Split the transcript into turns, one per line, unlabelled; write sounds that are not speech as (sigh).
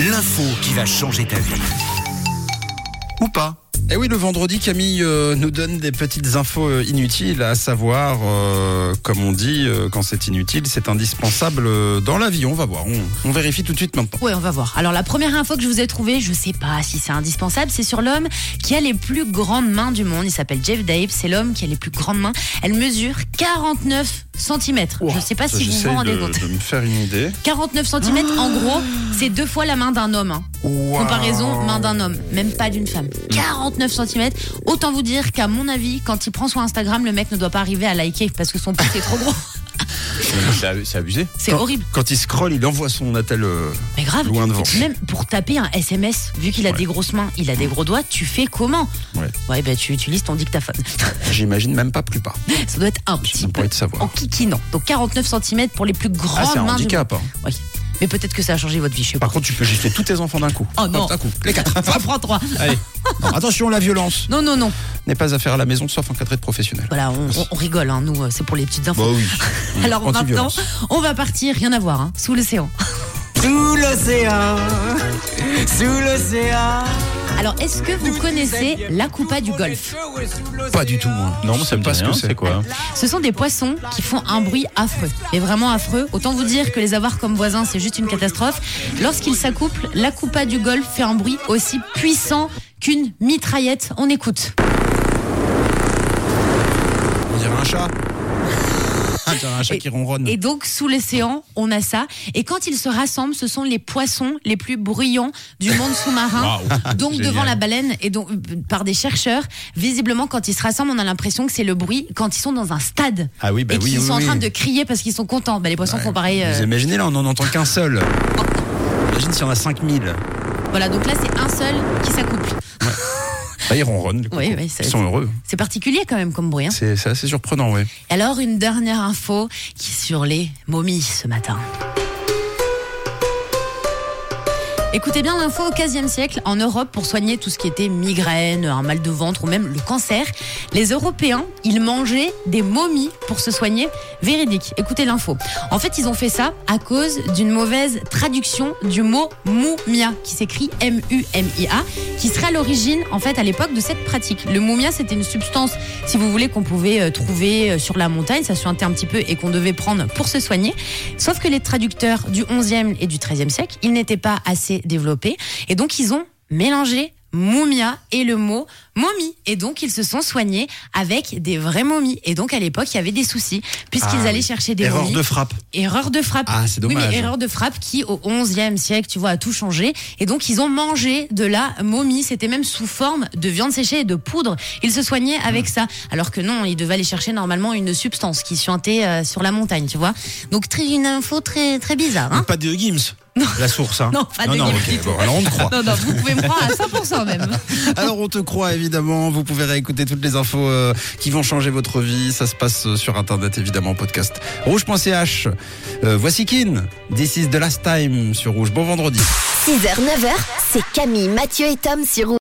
l'info qui va changer ta vie. Ou pas.
Et Eh oui, le vendredi, Camille euh, nous donne des petites infos euh, inutiles, à savoir, euh, comme on dit, euh, quand c'est inutile, c'est indispensable euh, dans la vie. On va voir, on, on vérifie tout de suite maintenant.
Ouais, on va voir. Alors la première info que je vous ai trouvée, je sais pas si c'est indispensable, c'est sur l'homme qui a les plus grandes mains du monde. Il s'appelle Jeff Dave, c'est l'homme qui a les plus grandes mains. Elle mesure 49 cm. je sais pas si vous
J'essaie
vous rendez
de,
compte. (laughs)
de me faire une idée.
49 cm en gros, c'est deux fois la main d'un homme. hein. Comparaison main d'un homme, même pas d'une femme. 49 cm. Autant vous dire qu'à mon avis, quand il prend son Instagram, le mec ne doit pas arriver à liker parce que son pouce est trop gros. (laughs)
C'est abusé.
C'est
Quand-
horrible.
Quand il scrolle, il envoie son attel. euh,
Mais grave,
Loin devant.
même pour taper un SMS, vu qu'il a des grosses mains, il a des gros doigts, tu fais comment
Ouais.
Ouais, bah tu utilises ton dictaphone. (laughs)
J'imagine même pas plus pas.
Ça doit être un
J'ai
petit
même pas
peu
envie de savoir.
en kikinant. Donc 49 cm pour les plus
Ah,
grandes
c'est un
mains. du-
handicap. hein.
Ouais. Mais peut-être que ça a changé votre vie, je sais pas.
Par contre, tu peux gifler tous tes enfants d'un coup.
Oh non.
Hop, D'un coup, les quatre.
J'en prends (laughs) trois.
Allez. Attention, la violence
Non, non, non.
n'est pas à faire à la maison, sauf en cas de traite professionnelle.
Voilà, on, on- on rigole, hein, nous, euh, c'est pour les petites infos.
Bah oui.
(laughs) Alors maintenant,
Anti-violence.
on va partir, rien à voir, hein, sous l'océan.
Sous l'océan, sous l'océan.
Alors, est-ce que vous connaissez la Coupa du Golfe
Pas du tout,
hein.
moi.
Non,
Je
mais
sais
ça me dit
pas ce
rien,
que c'est.
c'est quoi
Ce sont des poissons qui font un bruit affreux, mais vraiment affreux. Autant vous dire que les avoir comme voisins, c'est juste une catastrophe. Lorsqu'ils s'accouplent, la coupa du golfe fait un bruit aussi puissant qu'une mitraillette. On écoute.
On dirait un (laughs) chat. On dirait Ah, un chat qui ronronne.
Et donc, sous l'océan, on a ça. Et quand ils se rassemblent, ce sont les poissons les plus bruyants du monde sous-marin.
Waouh.
donc,
Génial.
devant la baleine, et donc, euh, par des chercheurs, visiblement, quand ils se rassemblent, on a l'impression que c'est le bruit quand ils sont dans un stade.
Ah oui, bah
et
oui,
qu'ils
oui,
sont en
oui.
train de crier parce qu'ils sont contents. Bah, les poissons font pareil. euh,
Vous imaginez, là, on n'en entend qu'un seul. Imagine s'il y en a 5000.
Voilà, donc là, c'est un seul qui s'accouple.
Bah, ils ronronnent, du coup.
Oui, oui, ça-
ils sont heureux.
C'est particulier quand même comme bruit. hein.
C'est c'est assez surprenant, oui.
Alors, une dernière info qui est sur les momies ce matin. Écoutez bien l'info au 15e siècle, en Europe, pour soigner tout ce qui était migraine, un mal de ventre ou même le cancer, les Européens, ils mangeaient des momies pour se soigner. Véridique, écoutez l'info. En fait, ils ont fait ça à cause d'une mauvaise traduction du mot moumia, qui s'écrit M-U-M-I-A, qui serait à l'origine, en fait, à l'époque de cette pratique. Le moumia, c'était une substance, si vous voulez, qu'on pouvait euh, trouver euh, sur la montagne, ça suintait un petit peu et qu'on devait prendre pour se soigner. Sauf que les traducteurs du 11e et du 13e siècle, ils n'étaient pas assez développés. Et donc, ils ont mélangé moumia et le mot momie. Et donc, ils se sont soignés avec des vraies momies. Et donc, à l'époque, il y avait des soucis, puisqu'ils
Ah,
allaient chercher des
Erreur
momies.
de frappe.
Erreur de frappe.
Ah, c'est dommage.
Oui, mais erreur de frappe qui, au 11e siècle, tu vois, a tout changé. Et donc, ils ont mangé de la momie. C'était même sous forme de viande séchée et de poudre. Ils se soignaient avec
Ah.
ça. Alors que non, ils devaient aller chercher normalement une substance qui suintait euh, sur la montagne, tu vois. Donc, très, une info très, très
(laughs)
bizarre, hein.
Pas de Gims, la source. Hein.
Non, pas de
non,
Gims
ok,
du tout.
bon, alors on te
(laughs)
croit.
Non, non, vous pouvez me croire à 100% même.
Alors on te croit évidemment, vous pouvez réécouter toutes les infos euh, qui vont changer votre vie, ça se passe euh, sur internet évidemment en podcast. Rouge.ch, Euh, voici Kin, This is the last time sur Rouge, bon vendredi.
6h, 9h, c'est Camille, Mathieu et Tom sur Rouge.